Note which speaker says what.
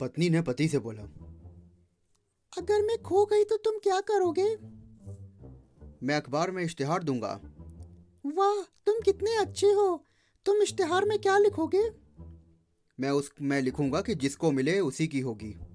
Speaker 1: पत्नी ने पति से बोला
Speaker 2: अगर मैं खो गई तो तुम क्या करोगे
Speaker 1: मैं अखबार में इश्तिहार दूंगा
Speaker 2: वाह तुम कितने अच्छे हो तुम इश्तिहार में क्या लिखोगे
Speaker 1: मैं उस मैं लिखूंगा कि जिसको मिले उसी की होगी